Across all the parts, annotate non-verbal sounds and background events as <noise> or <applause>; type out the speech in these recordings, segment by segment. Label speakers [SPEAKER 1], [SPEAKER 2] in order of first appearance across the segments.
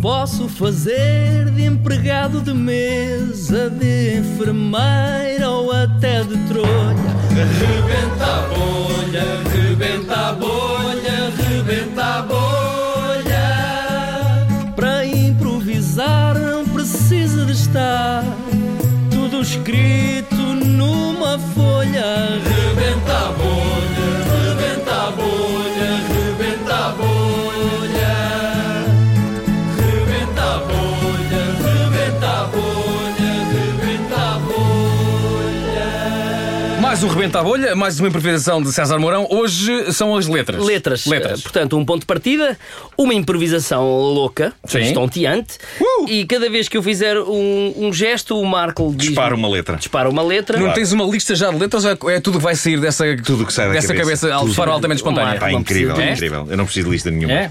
[SPEAKER 1] Posso fazer de empregado de mesa, de enfermeira ou até de trolha.
[SPEAKER 2] Rebenta a bolha, rebenta a bolha, rebenta a bolha.
[SPEAKER 1] Para improvisar não precisa de estar tudo escrito numa folha.
[SPEAKER 2] Rebenta a bolha, rebenta a bolha, rebenta a bolha. Rebenta a bolha, rebenta a bolha, rebenta a bolha.
[SPEAKER 3] Mais um Rebenta a Bolha, mais uma improvisação de César Mourão. Hoje são as letras.
[SPEAKER 1] Letras.
[SPEAKER 3] Letras.
[SPEAKER 1] Eh, Portanto, um ponto de partida, uma improvisação louca,
[SPEAKER 3] Sim.
[SPEAKER 1] estonteante.
[SPEAKER 3] Uh!
[SPEAKER 1] E cada vez que eu fizer um, um gesto, o Marco diz
[SPEAKER 4] Dispara uma letra.
[SPEAKER 1] dispara uma letra.
[SPEAKER 3] Não tens uma lista já de letras ou é é tudo que vai sair dessa,
[SPEAKER 4] Tudo que sai da
[SPEAKER 3] dessa
[SPEAKER 4] cabeça.
[SPEAKER 3] cabeça,
[SPEAKER 4] Tudo.
[SPEAKER 3] de forma altamente espontânea?
[SPEAKER 1] Marco.
[SPEAKER 4] Pá,
[SPEAKER 1] Não
[SPEAKER 4] incrível,
[SPEAKER 1] preciso.
[SPEAKER 4] é
[SPEAKER 1] É?
[SPEAKER 4] incrível. Eu não preciso de lista nenhuma.
[SPEAKER 1] Ah,
[SPEAKER 3] É?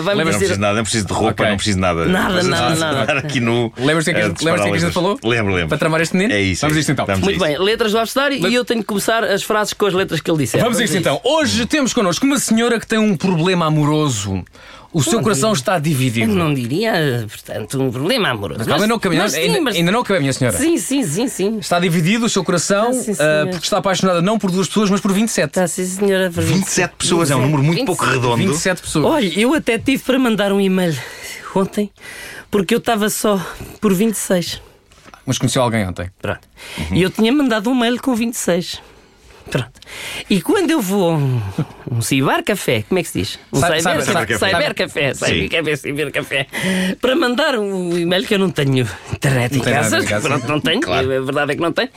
[SPEAKER 1] vai-me
[SPEAKER 4] Eu não
[SPEAKER 1] dizer-
[SPEAKER 4] preciso de nada, não preciso de roupa,
[SPEAKER 3] Ok.
[SPEAKER 4] não preciso de nada.
[SPEAKER 1] Nada,
[SPEAKER 4] Mas eu
[SPEAKER 1] nada,
[SPEAKER 4] preciso
[SPEAKER 1] nada.
[SPEAKER 4] estar aqui nu.
[SPEAKER 3] Lembras-te em que
[SPEAKER 4] a
[SPEAKER 3] a gente- lembras-te em que a gente
[SPEAKER 4] disparar
[SPEAKER 3] falou?
[SPEAKER 4] letras. Lembro, lembro.
[SPEAKER 3] Para tramar este menino?
[SPEAKER 4] É isso.
[SPEAKER 3] Vamos a isto então.
[SPEAKER 4] Vamos a
[SPEAKER 1] Muito
[SPEAKER 4] isso.
[SPEAKER 1] bem, letras do abecedário
[SPEAKER 3] Let-
[SPEAKER 1] e eu tenho que começar as frases com as letras que ele disser.
[SPEAKER 3] Vamos a isto então. Hoje temos connosco uma senhora que tem um problema amoroso. O seu coração está dividido.
[SPEAKER 1] Não diria, portanto, um problema amoroso.
[SPEAKER 3] Calma,
[SPEAKER 1] Mas-
[SPEAKER 3] não acabei,
[SPEAKER 1] mas
[SPEAKER 3] não-
[SPEAKER 1] sim,
[SPEAKER 3] ainda,
[SPEAKER 1] mas-
[SPEAKER 3] ainda não acabei, minha senhora.
[SPEAKER 1] Sim, sim, sim, sim.
[SPEAKER 3] Está dividido o seu coração
[SPEAKER 1] Ah, sim,
[SPEAKER 3] ah,
[SPEAKER 1] senhora.
[SPEAKER 3] porque está apaixonada não por duas pessoas, mas por 27.
[SPEAKER 1] Está sim, senhora. por favor.
[SPEAKER 4] 27 pessoas é um número muito pouco
[SPEAKER 1] 27.
[SPEAKER 4] redondo.
[SPEAKER 3] 27 pessoas.
[SPEAKER 1] Olha, eu até tive para mandar um e-mail ontem, porque eu estava só por 26.
[SPEAKER 3] Mas conheceu alguém ontem.
[SPEAKER 1] Pronto. E eu tinha mandado um e-mail com 26. Pronto. E quando eu vou a um, um cibercafé, como é que se diz? Um
[SPEAKER 3] Sabe-
[SPEAKER 1] cyber-
[SPEAKER 3] sabe-
[SPEAKER 1] cyber-
[SPEAKER 4] sabe- é
[SPEAKER 1] cybercafé,
[SPEAKER 4] Sim.
[SPEAKER 1] cybercafé, cybercafé, é para mandar um e-mail que eu não tenho internet em
[SPEAKER 3] Não tem nada
[SPEAKER 1] casa,
[SPEAKER 3] em casa.
[SPEAKER 1] pronto, não tenho, a verdade é que não tenho,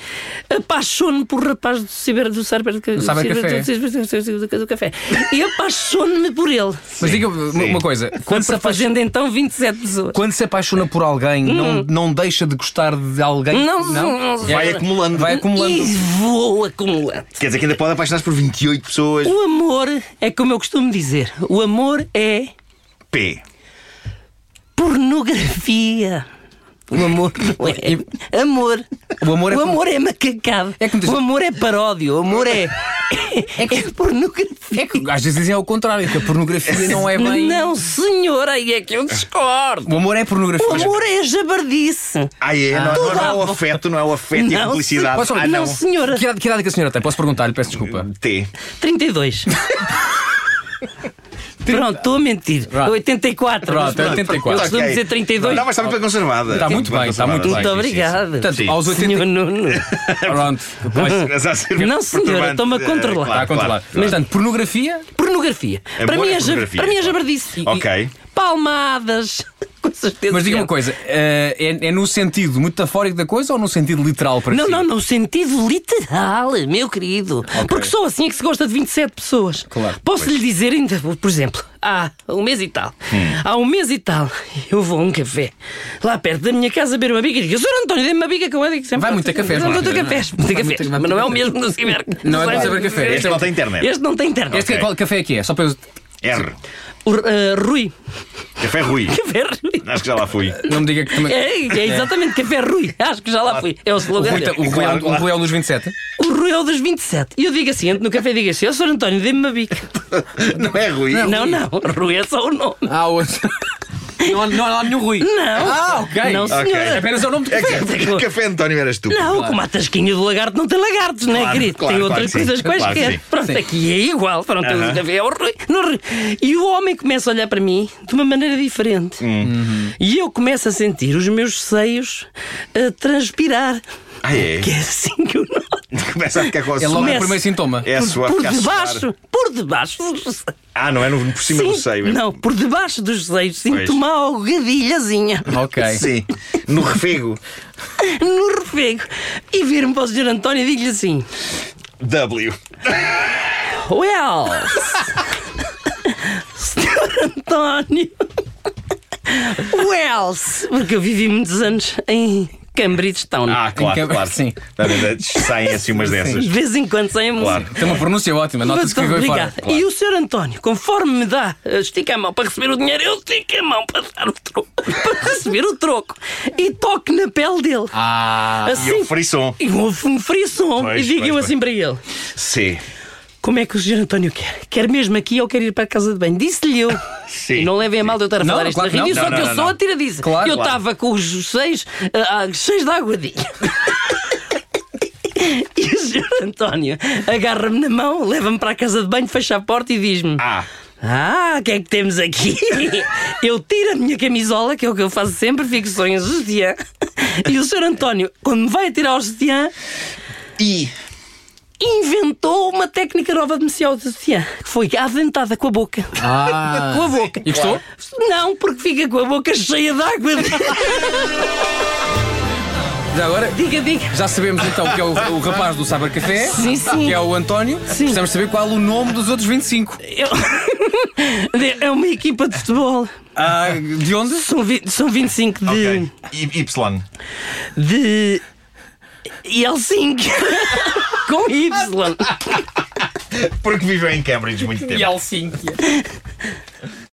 [SPEAKER 1] apaixono-me por rapaz do ciber, do cyber, do
[SPEAKER 3] cybercafé.
[SPEAKER 1] ciber- do ciber- do café. E apaixono-me por ele.
[SPEAKER 3] Mas diga-me uma- uma coisa. Quando se,
[SPEAKER 1] Compra
[SPEAKER 3] apa-
[SPEAKER 1] fazendo então 27 pessoas.
[SPEAKER 3] quando se apaixona por alguém, não, não deixa de gostar de alguém?
[SPEAKER 1] Hum. Não, não, não.
[SPEAKER 4] Vai acumulando.
[SPEAKER 3] Vai acumulando.
[SPEAKER 1] E vou acumulando.
[SPEAKER 4] Quer dizer que ainda pode apaixonar-se por 28 pessoas.
[SPEAKER 1] O amor é como eu costumo dizer: o amor é
[SPEAKER 4] P.
[SPEAKER 1] pornografia. O amor não é. Amor.
[SPEAKER 3] O amor é
[SPEAKER 1] o
[SPEAKER 3] como-
[SPEAKER 1] amor é macacado.
[SPEAKER 3] É como diz-
[SPEAKER 1] O amor é paródia. O amor é. É pornografia.
[SPEAKER 3] É que às vezes dizem ao contrário, que a pornografia não é bem.
[SPEAKER 1] Não, senhora, aí é que eu discordo.
[SPEAKER 3] O amor é pornografia.
[SPEAKER 1] O amor é jabardice.
[SPEAKER 4] Ah, é? Não, não,
[SPEAKER 1] Tudo
[SPEAKER 4] não é
[SPEAKER 1] à
[SPEAKER 4] o afeto, não é o afeto e a
[SPEAKER 1] Não,
[SPEAKER 4] publicidade.
[SPEAKER 3] sim. Posso-
[SPEAKER 4] Ah,
[SPEAKER 1] não,
[SPEAKER 4] não.
[SPEAKER 1] senhora.
[SPEAKER 3] Que idade, que idade que a senhora tem? Posso perguntar-lhe? Peço desculpa.
[SPEAKER 4] T. <laughs>
[SPEAKER 1] 32. Pronto, estou a mentir.
[SPEAKER 3] Pronto.
[SPEAKER 1] 84.
[SPEAKER 3] Pronto,
[SPEAKER 1] mas-
[SPEAKER 3] 84.
[SPEAKER 1] Eu costumo
[SPEAKER 4] Ok.
[SPEAKER 1] dizer 32.
[SPEAKER 4] Não, mas está muito bem conservada.
[SPEAKER 3] Está muito bem, está muito
[SPEAKER 1] Muito
[SPEAKER 3] bem.
[SPEAKER 1] obrigado.
[SPEAKER 3] Portanto,
[SPEAKER 4] Sim.
[SPEAKER 3] aos 80.
[SPEAKER 1] Senhor Nuno.
[SPEAKER 3] <laughs>
[SPEAKER 4] <laughs>
[SPEAKER 3] Pronto, vai-
[SPEAKER 1] Não, senhora, estou-me a
[SPEAKER 4] É,
[SPEAKER 1] controlar.
[SPEAKER 3] está a controlar. Portanto, pornografia.
[SPEAKER 1] Pornografia.
[SPEAKER 4] Amor
[SPEAKER 1] para, mim é
[SPEAKER 4] é
[SPEAKER 1] jab-
[SPEAKER 4] pornografia,
[SPEAKER 1] para mim é
[SPEAKER 4] claro.
[SPEAKER 1] jabardice. E-
[SPEAKER 4] Ok.
[SPEAKER 1] e Palmadas. <laughs> Com certeza.
[SPEAKER 3] Mas diga
[SPEAKER 1] que é.
[SPEAKER 3] uma coisa, eh, é, é no sentido metafórico da coisa ou no sentido literal para
[SPEAKER 1] Não,
[SPEAKER 3] si?
[SPEAKER 1] não, no sentido literal, Ah, meu querido. Porque só assim é que se gosta de 27 pessoas.
[SPEAKER 3] Claro,
[SPEAKER 1] Posso lhe dizer ainda, por exemplo, há um mês e tal,
[SPEAKER 3] Hum.
[SPEAKER 1] há um mês e tal, eu vou a um café lá perto da minha casa beber uma bica e digo, Sr. António, dê-me uma bica que eu é que sempre.
[SPEAKER 3] Vai muito a cafés,
[SPEAKER 1] Vai muito a
[SPEAKER 3] Marta. é?
[SPEAKER 1] cafés, muito a
[SPEAKER 3] Vai muito-
[SPEAKER 1] cafés.
[SPEAKER 3] vai
[SPEAKER 1] Mas não é o
[SPEAKER 3] muito a
[SPEAKER 1] mesmo no ciber.
[SPEAKER 3] Não é do cibercafé.
[SPEAKER 4] Este não tem internet.
[SPEAKER 1] Este não tem internet.
[SPEAKER 3] Este é qual café é que é? Só para eu.
[SPEAKER 4] R.
[SPEAKER 1] O, eh, Rui.
[SPEAKER 4] Café Rui.
[SPEAKER 1] Café Rui.
[SPEAKER 4] Acho que já lá fui.
[SPEAKER 3] Não me diga que também.
[SPEAKER 1] É, é exatamente Café Rui. Acho que já lá fui. É o
[SPEAKER 3] O
[SPEAKER 1] slogan.
[SPEAKER 3] Rui, ta-
[SPEAKER 1] dele.
[SPEAKER 3] o Rui é um- o Rui é um dos 27?
[SPEAKER 1] O Rui é o dos 27. E eu digo assim, entro no café e digo assim, ó Sr. António, dê-me uma bica.
[SPEAKER 4] Não é Rui.
[SPEAKER 1] não, não, Rui é só o nome.
[SPEAKER 3] Ah, o outro. Não, há- não há lá nenhum Rui.
[SPEAKER 1] Não.
[SPEAKER 3] Ah, ok.
[SPEAKER 1] Não,
[SPEAKER 3] Ok.
[SPEAKER 1] senhora.
[SPEAKER 3] Apenas é o nome do
[SPEAKER 1] <laughs>
[SPEAKER 4] É
[SPEAKER 3] café.
[SPEAKER 4] que Café António eras tu.
[SPEAKER 1] Não, como a tasquinha do lagarto não tem lagartos, não é,
[SPEAKER 4] Claro,
[SPEAKER 1] querido?
[SPEAKER 4] claro,
[SPEAKER 1] tem
[SPEAKER 4] claro
[SPEAKER 1] outras
[SPEAKER 4] que sim.
[SPEAKER 1] coisas
[SPEAKER 4] Claro que
[SPEAKER 1] quaisquer.
[SPEAKER 4] sim.
[SPEAKER 1] Pronto,
[SPEAKER 3] Sim.
[SPEAKER 1] aqui é igual. Pronto, o café é o Rui, no Rui. E o homem começa a olhar para mim de uma maneira diferente.
[SPEAKER 4] Hum.
[SPEAKER 1] E eu começo a sentir os meus seios a transpirar.
[SPEAKER 4] Ah, é?
[SPEAKER 1] Que é assim que eu noto.
[SPEAKER 4] Começa a ficar com a
[SPEAKER 3] É logo
[SPEAKER 4] suar.
[SPEAKER 3] o primeiro sintoma.
[SPEAKER 4] É a suar,
[SPEAKER 1] por
[SPEAKER 4] fica a suar.
[SPEAKER 1] debaixo, por debaixo dos
[SPEAKER 4] Ah, não é no, por cima do
[SPEAKER 1] Sim,
[SPEAKER 4] seio. é-
[SPEAKER 1] Não, por debaixo dos seios
[SPEAKER 4] Pois.
[SPEAKER 1] sinto uma algadilhazinha
[SPEAKER 3] Ok.
[SPEAKER 4] Sim. No refego.
[SPEAKER 1] no refego. E viro-me para o Sr. António e digo-lhe assim:
[SPEAKER 4] W.
[SPEAKER 1] Well, Sr. António, Wells, porque eu vivi muitos anos em Cambridge Town.
[SPEAKER 4] Ah, claro,
[SPEAKER 3] Em que-
[SPEAKER 4] claro.
[SPEAKER 3] sim.
[SPEAKER 4] Na verdade, Saem assim umas dessas.
[SPEAKER 1] De vez em quando saem a música.
[SPEAKER 4] Claro.
[SPEAKER 3] Tem uma pronúncia ótima, nota-se que
[SPEAKER 1] Então,
[SPEAKER 3] foi fora.
[SPEAKER 1] obrigado. E o Sr. António, conforme me dá, eh, estica a mão para receber o dinheiro, eu estico a mão para dar o troco, <laughs> para receber o troco e toco na pele dele. Assim,
[SPEAKER 3] Ah,
[SPEAKER 4] E eu frição.
[SPEAKER 1] E houve um frisson.
[SPEAKER 4] Pois,
[SPEAKER 1] e digo
[SPEAKER 4] pois,
[SPEAKER 1] eu
[SPEAKER 4] pois.
[SPEAKER 1] assim para ele:
[SPEAKER 4] C.
[SPEAKER 1] Como é que o Sr. António quer? Quer mesmo aqui ou quer ir para a casa de banho? Disse-lhe eu.
[SPEAKER 4] Sim.
[SPEAKER 1] E não levem a mal de eu estar a
[SPEAKER 3] Não,
[SPEAKER 1] falar isto
[SPEAKER 3] claro
[SPEAKER 1] na
[SPEAKER 3] que
[SPEAKER 1] rede,
[SPEAKER 3] não.
[SPEAKER 1] só
[SPEAKER 4] Não,
[SPEAKER 1] que
[SPEAKER 4] não,
[SPEAKER 1] eu sou
[SPEAKER 4] não.
[SPEAKER 1] a tiradiça.
[SPEAKER 3] Claro,
[SPEAKER 1] eu
[SPEAKER 3] claro.
[SPEAKER 1] estava com os seis, ah, ah, seis da aguadinha. <laughs> E o Sr. António agarra-me na mão, leva-me para a casa de banho, fecha a porta e diz-me:
[SPEAKER 4] Ah.
[SPEAKER 1] Ah, o que é que temos aqui? <laughs> Eu tiro a minha camisola, que é o que eu faço sempre, fico só em sutiã. E o Sr. António, quando me vai tirar o sutiã,
[SPEAKER 4] E.
[SPEAKER 1] inventou uma técnica nova de me ao sutiã, que foi a dentada com a boca.
[SPEAKER 3] Ah.
[SPEAKER 1] Com a boca.
[SPEAKER 3] E gostou?
[SPEAKER 1] Não, porque fica com a boca cheia de água. <laughs>
[SPEAKER 3] Já agora,
[SPEAKER 1] diga, diga.
[SPEAKER 3] já sabemos então que é o, o rapaz do Saber Café,
[SPEAKER 1] Sim, sim.
[SPEAKER 3] que é o António.
[SPEAKER 1] Sim.
[SPEAKER 3] Precisamos saber qual o nome dos outros 25.
[SPEAKER 1] Eu- <laughs> É uma equipa de futebol.
[SPEAKER 3] Ah, de onde?
[SPEAKER 1] São, vi... São 25 de.
[SPEAKER 4] Ok. Y. Y.
[SPEAKER 1] de. Helsinki. <laughs> com Y.
[SPEAKER 4] Porque viveu em Cambridge muito tempo.
[SPEAKER 3] Helsínquia.